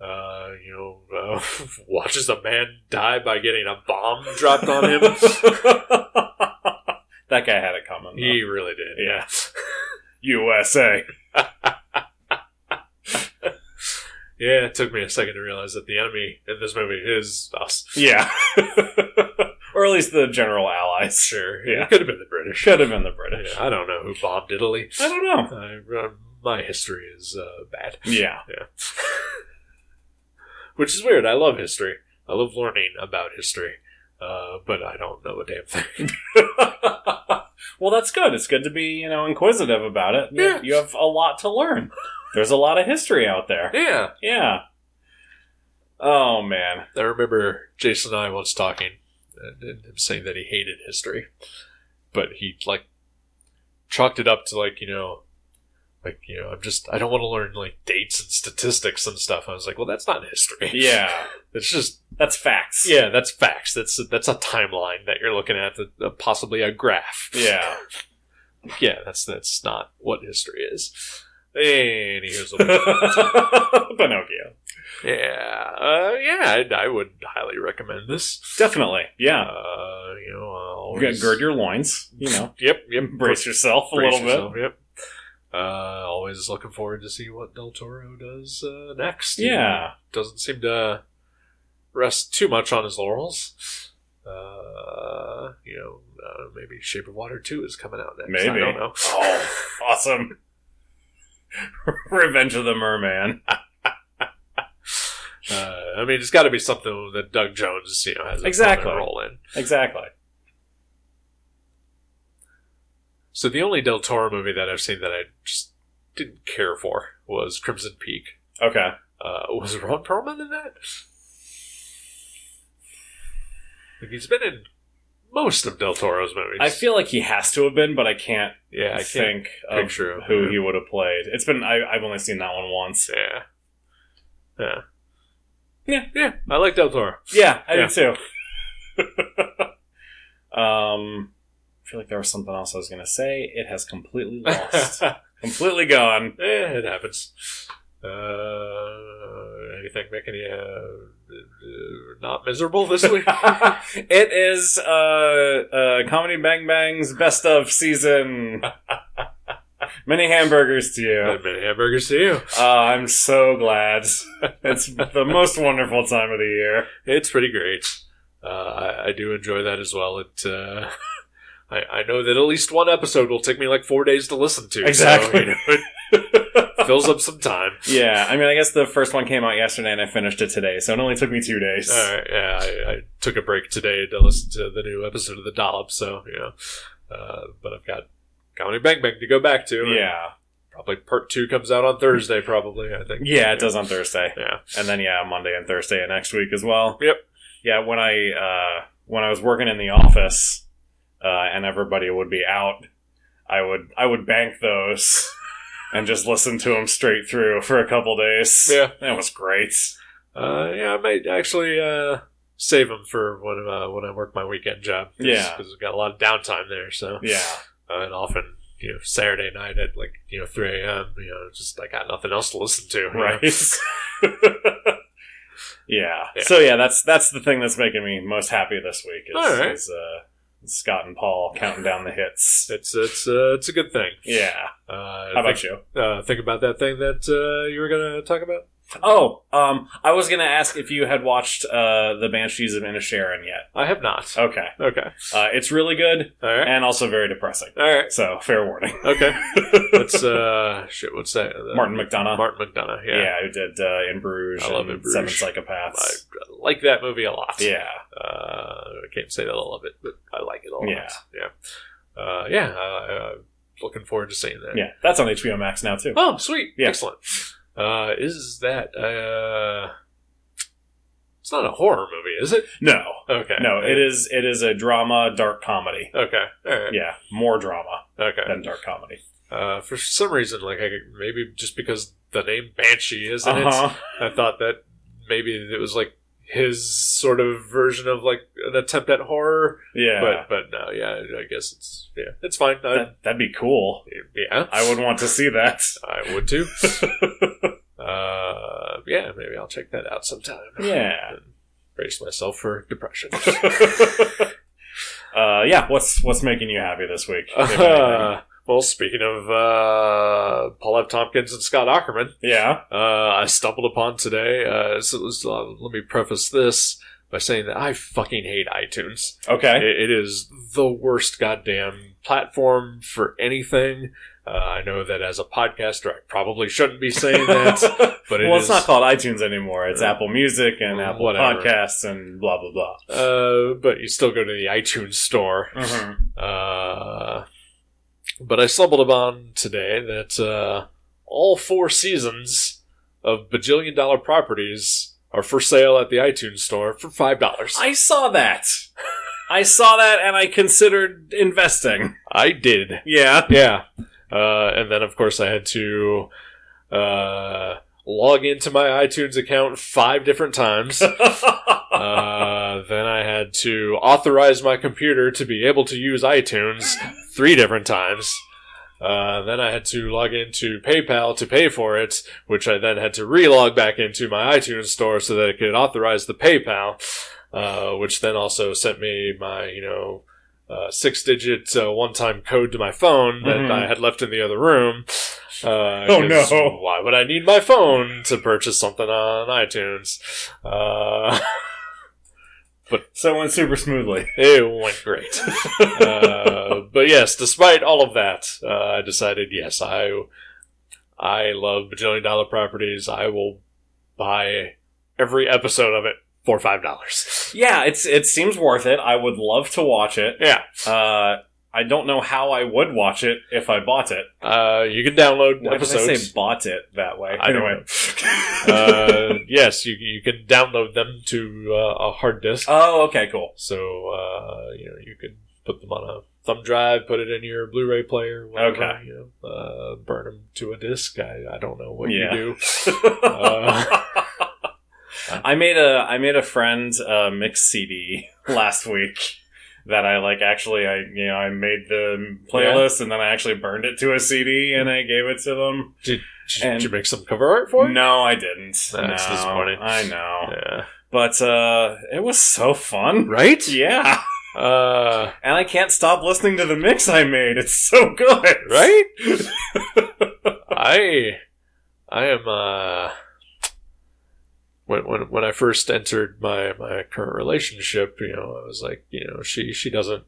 S2: Uh, you know, uh, watches a man die by getting a bomb dropped on him.
S1: that guy had it coming. though.
S2: he really did.
S1: Yeah. USA.
S2: Yeah, it took me a second to realize that the enemy in this movie is us.
S1: Yeah. or at least the general allies.
S2: Sure.
S1: Yeah.
S2: It could have been the British.
S1: Should have been the British.
S2: Yeah, I don't know who bombed Italy.
S1: I don't know.
S2: I, uh, my history is uh, bad.
S1: Yeah.
S2: Which is weird. I love history. I love learning about history. Uh, but I don't know a damn thing.
S1: well, that's good. It's good to be, you know, inquisitive about it. You-
S2: Yeah.
S1: You have a lot to learn. There's a lot of history out there.
S2: Yeah.
S1: Yeah. Oh man.
S2: I remember Jason and I once talking and him saying that he hated history, but he like chalked it up to like you know, like you know, I'm just I don't want to learn like dates and statistics and stuff. I was like, well, that's not history.
S1: Yeah.
S2: it's just
S1: That's facts.
S2: yeah, that's facts. That's that's a timeline that you're looking at, that- uh, possibly a graph.
S1: Yeah.
S2: yeah, that's that's not what history is. And here's
S1: Pinocchio.
S2: yeah, uh, yeah, I, I would highly recommend this.
S1: Definitely. Yeah.
S2: Uh, you know,
S1: You
S2: uh,
S1: gotta
S2: always-
S1: gird your loins. You know.
S2: Yep, yep.
S1: Brace yourself a
S2: Brace
S1: little
S2: yourself, Yep. Uh, always looking forward to see what Del Toro does uh, next.
S1: bit.
S2: He
S1: Yeah.
S2: doesn't seem to rest too much on his laurels. Uh, you know, uh, maybe Shape of Water Two is coming out next. I
S1: Maybe.
S2: don't know.
S1: Oh, awesome. Revenge of the Merman.
S2: Uh, I mean, it's got to be something that Doug Jones, you know, has a
S1: Exactly.
S2: exactly. role in.
S1: Exactly.
S2: So the only Del Toro movie that I've seen that I just didn't care for was Crimson Peak.
S1: Okay.
S2: Uh, was Ron Perlman in that? Like he's been in most of Del Toro's movies.
S1: I feel like he has to have been, but I can't
S2: yeah, I can't
S1: think of
S2: picture of
S1: who
S2: him.
S1: he would have played. It's been I, I've only seen that one once.
S2: Yeah, yeah,
S1: Yeah.
S2: yeah. I like Del Toro.
S1: Yeah, I did too. um, I feel like there was something else I was gonna say. It has completely lost,
S2: yeah,
S1: completely gone.
S2: it happens. Uh, anything making you uh, uh, not miserable this week?
S1: it is uh, uh, comedy Bang Bang's best of season. Many hamburgers to you.
S2: I've been hamburgers to you.
S1: Uh, I'm so glad. It's the most wonderful time of the year.
S2: It's pretty great. Uh, I, I do enjoy that as well. It. Uh, I, I know that at least one episode will take me like four days to listen to. so,
S1: Exactly.
S2: you know, it fills up some time.
S1: Yeah, I mean, I guess the first one came out yesterday, and I finished it today, so it only took me two days.
S2: All right, yeah, I, I took a break today to listen to the new episode of The Dollop, so you know. Uh, but I've got Comedy Bang Bang to go back to. and
S1: Yeah,
S2: probably part two comes out on Thursday. Probably, I think.
S1: yeah, it does on Thursday.
S2: Yeah,
S1: and then yeah, Monday and Thursday of next week as well.
S2: Yep.
S1: Yeah, when I uh, when I was working in the office uh, and everybody would be out, I would I would bank those and just listen to them straight through for a couple days.
S2: Yeah.
S1: that was great.
S2: uh, yeah. I might actually uh, save them for when uh, when I work my weekend job.
S1: Yeah.
S2: because I've got a lot of downtime there. So
S1: Yeah,
S2: uh, and often you know Saturday night at like you know 3 a.m. You know, just I got nothing else to listen to. you know?
S1: right. yeah.
S2: Yeah.
S1: So yeah, that's that's the thing that's making me most happy this week is,
S2: All right.
S1: is uh, Scott and Paul counting down the hits.
S2: It's it's uh, it's a good thing.
S1: Yeah.
S2: Uh,
S1: How
S2: think,
S1: about you?
S2: uh, think about that thing that uh, you were gonna talk about.
S1: Oh, um, I was gonna ask if you had watched uh, the Banshees of Inisherin yet.
S2: I have not.
S1: Okay,
S2: Okay.
S1: uh, it's really good
S2: All right.
S1: and also very depressing.
S2: All right.
S1: So fair warning.
S2: Okay. That's uh shit. What's that? Uh,
S1: Martin McDonough.
S2: Martin McDonough.
S1: yeah.
S2: Yeah.
S1: who did uh, In Bruges
S2: I love
S1: and
S2: In Bruges.
S1: Seven
S2: I
S1: Psychopaths.
S2: like that movie a lot.
S1: Yeah,
S2: Uh, I can't say that I love it, but I like it a lot.
S1: Yeah.
S2: Yeah. Uh, yeah. Uh, uh, looking forward to seeing that.
S1: yeah, that's on HBO Max now too.
S2: Oh, sweet.
S1: Yeah.
S2: Excellent. Uh, is that, uh, it's not a horror movie, is it?
S1: No,
S2: Okay.
S1: no, it is it is a drama, dark comedy.
S2: Okay. All right.
S1: Yeah, more drama
S2: Okay.
S1: than dark comedy.
S2: Uh, for some reason, like, I, could- maybe just because the name Banshee is in
S1: Uh-huh.
S2: it, I thought that maybe it was like, his sort of version of like an attempt at horror.
S1: Yeah,
S2: But uh, but no, yeah, I guess it's yeah, it's fine. I,
S1: that, that'd be cool.
S2: yeah,
S1: I would want to see that.
S2: I would too. uh, yeah, maybe I'll check that out sometime.
S1: Yeah.
S2: And brace myself for depression.
S1: uh, yeah, what's what's making you happy this week? if anything?
S2: Uh, well, speaking of uh, Paul F. Tompkins and Scott Ackerman,
S1: yeah.
S2: uh, I stumbled upon today. Uh, so let's, uh, let me preface this by saying that I fucking hate iTunes.
S1: Okay.
S2: It, it is the worst goddamn platform for anything. Uh, I know that as a podcaster, I probably shouldn't be saying that, but it
S1: well, it's
S2: is- Oh,
S1: not called iTunes anymore. It's Apple Music and Apple
S2: Whatever.
S1: Podcasts and blah blah blah.
S2: uh, but you still go to the iTunes store.
S1: Mhm.
S2: Uh, but I stumbled upon today that uh, all four seasons of Bajillion Dollar Properties are for sale at the iTunes store for five dollars.
S1: I saw that. I saw that, and I considered investing.
S2: I did,
S1: Yeah.
S2: yeah. Uh, and then of course I had to uh, log into my iTunes account five different times. uh, then I had to authorize my computer to be able to use iTunes three different times. Uh, then I had to log into PayPal to pay for it, which I then had to relog back into my iTunes store so that it could authorize the PayPal, uh, which then also sent me my, you know, uh, six digit uh, one time code to my phone that
S1: Mhm.
S2: I had left in the other room. Uh,
S1: Oh,
S2: 'cause
S1: no.
S2: Why would I need my phone to purchase something on iTunes? Uh,
S1: so it went super smoothly.
S2: it went great. uh, but yes, despite all of that, uh, I decided yes, I I love bajillion dollar properties. I will buy every episode of it for five dollars.
S1: Yeah, it's it seems worth it. I would love to watch it.
S2: Yeah,
S1: Uh, I don't know how I would watch it if I bought it.
S2: uh, you can download
S1: Why did
S2: episodes.
S1: I say bought it that way?
S2: I don't uh, yes, you you can download them to uh, a hard disk.
S1: oh, okay, cool.
S2: So uh, you know you could put them on a thumb drive, put it in your Blu-ray player, whatever,
S1: Okay.
S2: You know, uh, burn them to a disc. I, I don't know what
S1: Yeah.
S2: you do. Uh,
S1: I made a I made a friend uh, mix CD last week that I like actually I you know I made the playlist and then I actually burned it to a CD and I gave it to them.
S2: did,
S1: And-
S2: you make some cover art for it?
S1: No, I didn't.
S2: That's
S1: no,
S2: disappointing.
S1: I know,
S2: Yeah.
S1: but uh, it was so fun.
S2: Right?
S1: Yeah,
S2: Uh,
S1: and I can't stop listening to the mix I made. It's so good.
S2: right? I I am uh when, when when I first entered my my current relationship, you know, I was like, you know, she she doesn't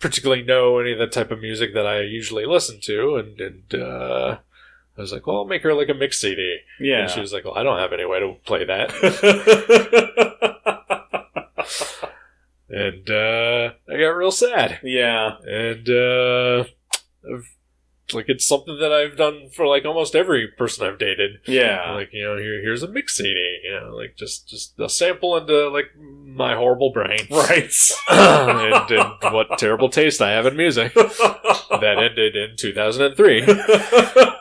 S2: particularly know any of the type of music that I usually listen to and and uh I was like, well, I'll make her like a mix CD.
S1: Yeah.
S2: And she was like, well, I don't have any way to play that. and uh, I got real sad.
S1: yeah.
S2: and uh, I've, like it's something that I've done for like almost every person I've dated.
S1: Yeah.
S2: Like you know, here here's a mix CD, you know, like just just a sample into like my horrible brain
S1: Right.
S2: and, and what terrible taste I have in music. That ended in 2003. Uh,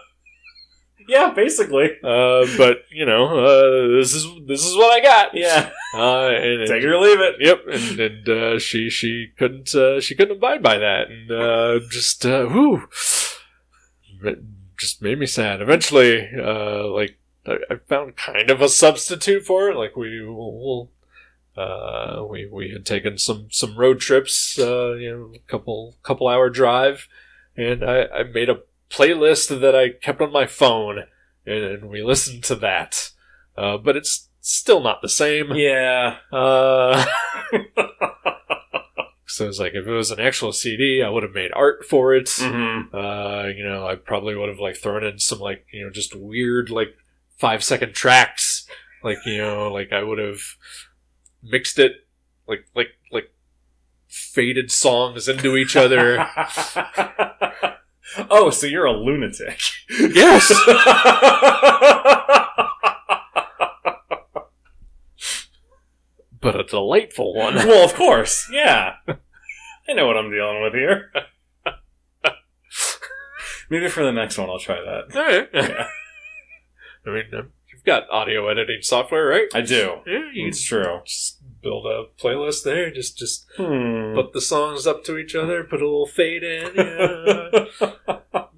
S1: yeah, basically.
S2: Uh, but you know, uh, this is this is what I got.
S1: Yeah.
S2: Uh, and, and-
S1: Take it or leave it.
S2: Yep, and and uh, she she couldn't uh, she couldn't abide by that, and uh, just uh, whoo, it just made me sad. Eventually, uh, like I, I found kind of a substitute for it. Like we will, uh, we we had taken some some road trips, uh, you know, couple couple hour drive, and I, I made a playlist that I kept on my phone, and, and we listened to that. Uh, but it's still not the same.
S1: Yeah.
S2: Uh, so it's like if it was an actual CD, I would have made art for it.
S1: Mm-hmm.
S2: Uh, you know, I probably would have like thrown in some like you know just weird like five second tracks. Like you know, like I would have mixed it like like like faded songs into each other.
S1: oh, so you're a lunatic.
S2: yes. But a delightful one.
S1: well, of course. Yeah. I know what I'm dealing with here. Maybe for the next one, I'll try that.
S2: All right.
S1: Yeah.
S2: I mean, um, you've got audio editing software, right? Hmm.
S1: I do.
S2: Yeah, you
S1: It's true.
S2: just build a playlist there. Just just
S1: Hmm.
S2: put the songs up to each other. Put a little fade in.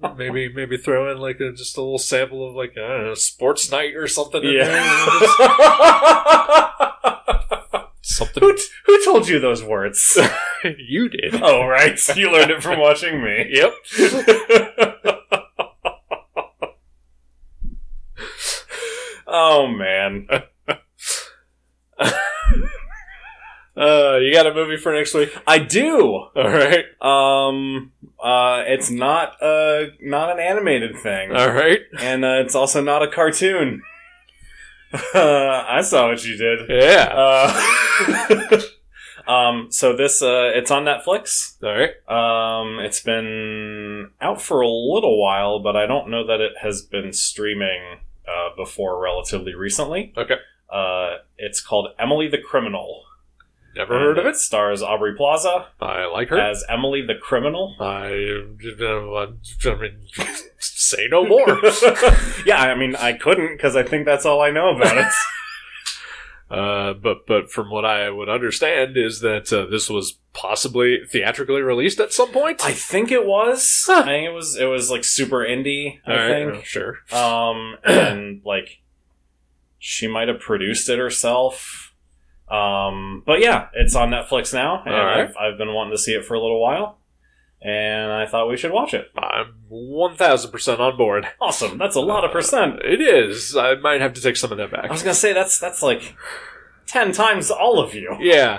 S2: Yeah. maybe maybe throw in like a, just a little sample of like I don't know, sports night or something. in there, and just
S1: yeah.
S2: something
S1: who, t- who told you those words?
S2: you did.
S1: oh, right. You learned it from watching me.
S2: Yep.
S1: oh, man.
S2: Uh, you got a movie for next week?
S1: I do.
S2: All right.
S1: Um, uh, it's not uh not an animated thing,
S2: All right.
S1: and uh, it's also not a cartoon. uh, I saw what you did.
S2: Yeah.
S1: Uh, um, so this uh, it's on Netflix.
S2: All right.
S1: Um, it's been out for a little while, but I don't know that it has been streaming uh, before relatively recently.
S2: Okay.
S1: Uh, it's called Emily the Criminal.
S2: Never heard of
S1: And
S2: it.
S1: Stars Aubrey Plaza
S2: I like her.
S1: as Emily the Criminal.
S2: I, I mean, say no more.
S1: yeah, I mean, I couldn't because I think that's all I know about it.
S2: Uh, but but from what I would understand is that uh, this was possibly theatrically released at some point.
S1: I think it was.
S2: Huh.
S1: I think it was. It was like super indie. I
S2: All right, uh,
S1: think.
S2: sure.
S1: Um, and like she might have produced it herself. Um, but yeah, it's on Netflix now, and
S2: All right.
S1: I've, I've been wanting to see it for a little while, and I thought we should watch it.
S2: I'm one thousand percent on board.
S1: Awesome! That's a lot of percent.
S2: It is. I might have to take some of that
S1: I
S2: back.
S1: was gonna say that's that's like ten times all of you.
S2: Yeah,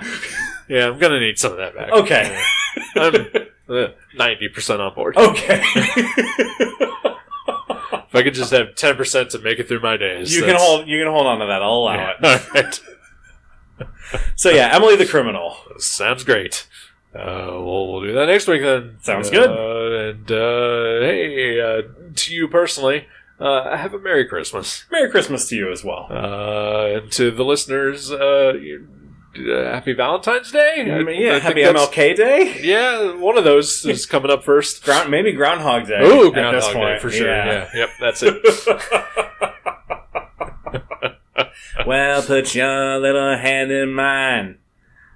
S2: yeah. I'm gonna need some of that back.
S1: Okay.
S2: I'm uh, ninety percent on board.
S1: Okay.
S2: If I could just have ten percent to make it through my days,
S1: you can
S2: that's-
S1: hold. You can hold on to that. I'll allow it.
S2: Yeah, all right.
S1: So yeah, Emily the Criminal.
S2: Sounds great. Uh, we'll, we'll do that next week then.
S1: Sounds
S2: Uh,
S1: good.
S2: And uh, hey, uh, to you personally, uh, have a Merry Christmas.
S1: Merry Christmas to you as well.
S2: Uh, and to the listeners, uh, you- uh, Happy Valentine's Day.
S1: I mean,
S2: I
S1: Mm, yeah,
S2: think
S1: happy
S2: that's-
S1: MLK Day.
S2: Yeah, one of those is coming up first.
S1: Ground, maybe Groundhog Day. at this
S2: Ooh, Groundhog Day
S1: point,
S2: for sure.
S1: yeah.
S2: Yeah. Yep, that's it.
S1: well, put your little hand in mine.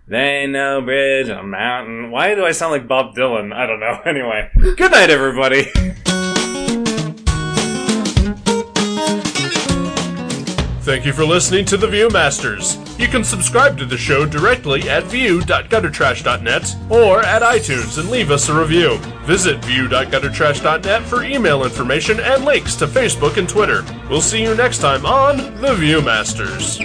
S1: There ain't no bridge on mountain. Why do I sound like Bob Dylan? I don't know. Anyway, good night, everybody.
S3: Thank you for listening to The Viewmasters. You can subscribe to the show directly at view.guttertrash.net or at iTunes and leave us a review. Visit view.guttertrash.net for email information and links to Facebook and Twitter. We'll see you next time on The Viewmasters.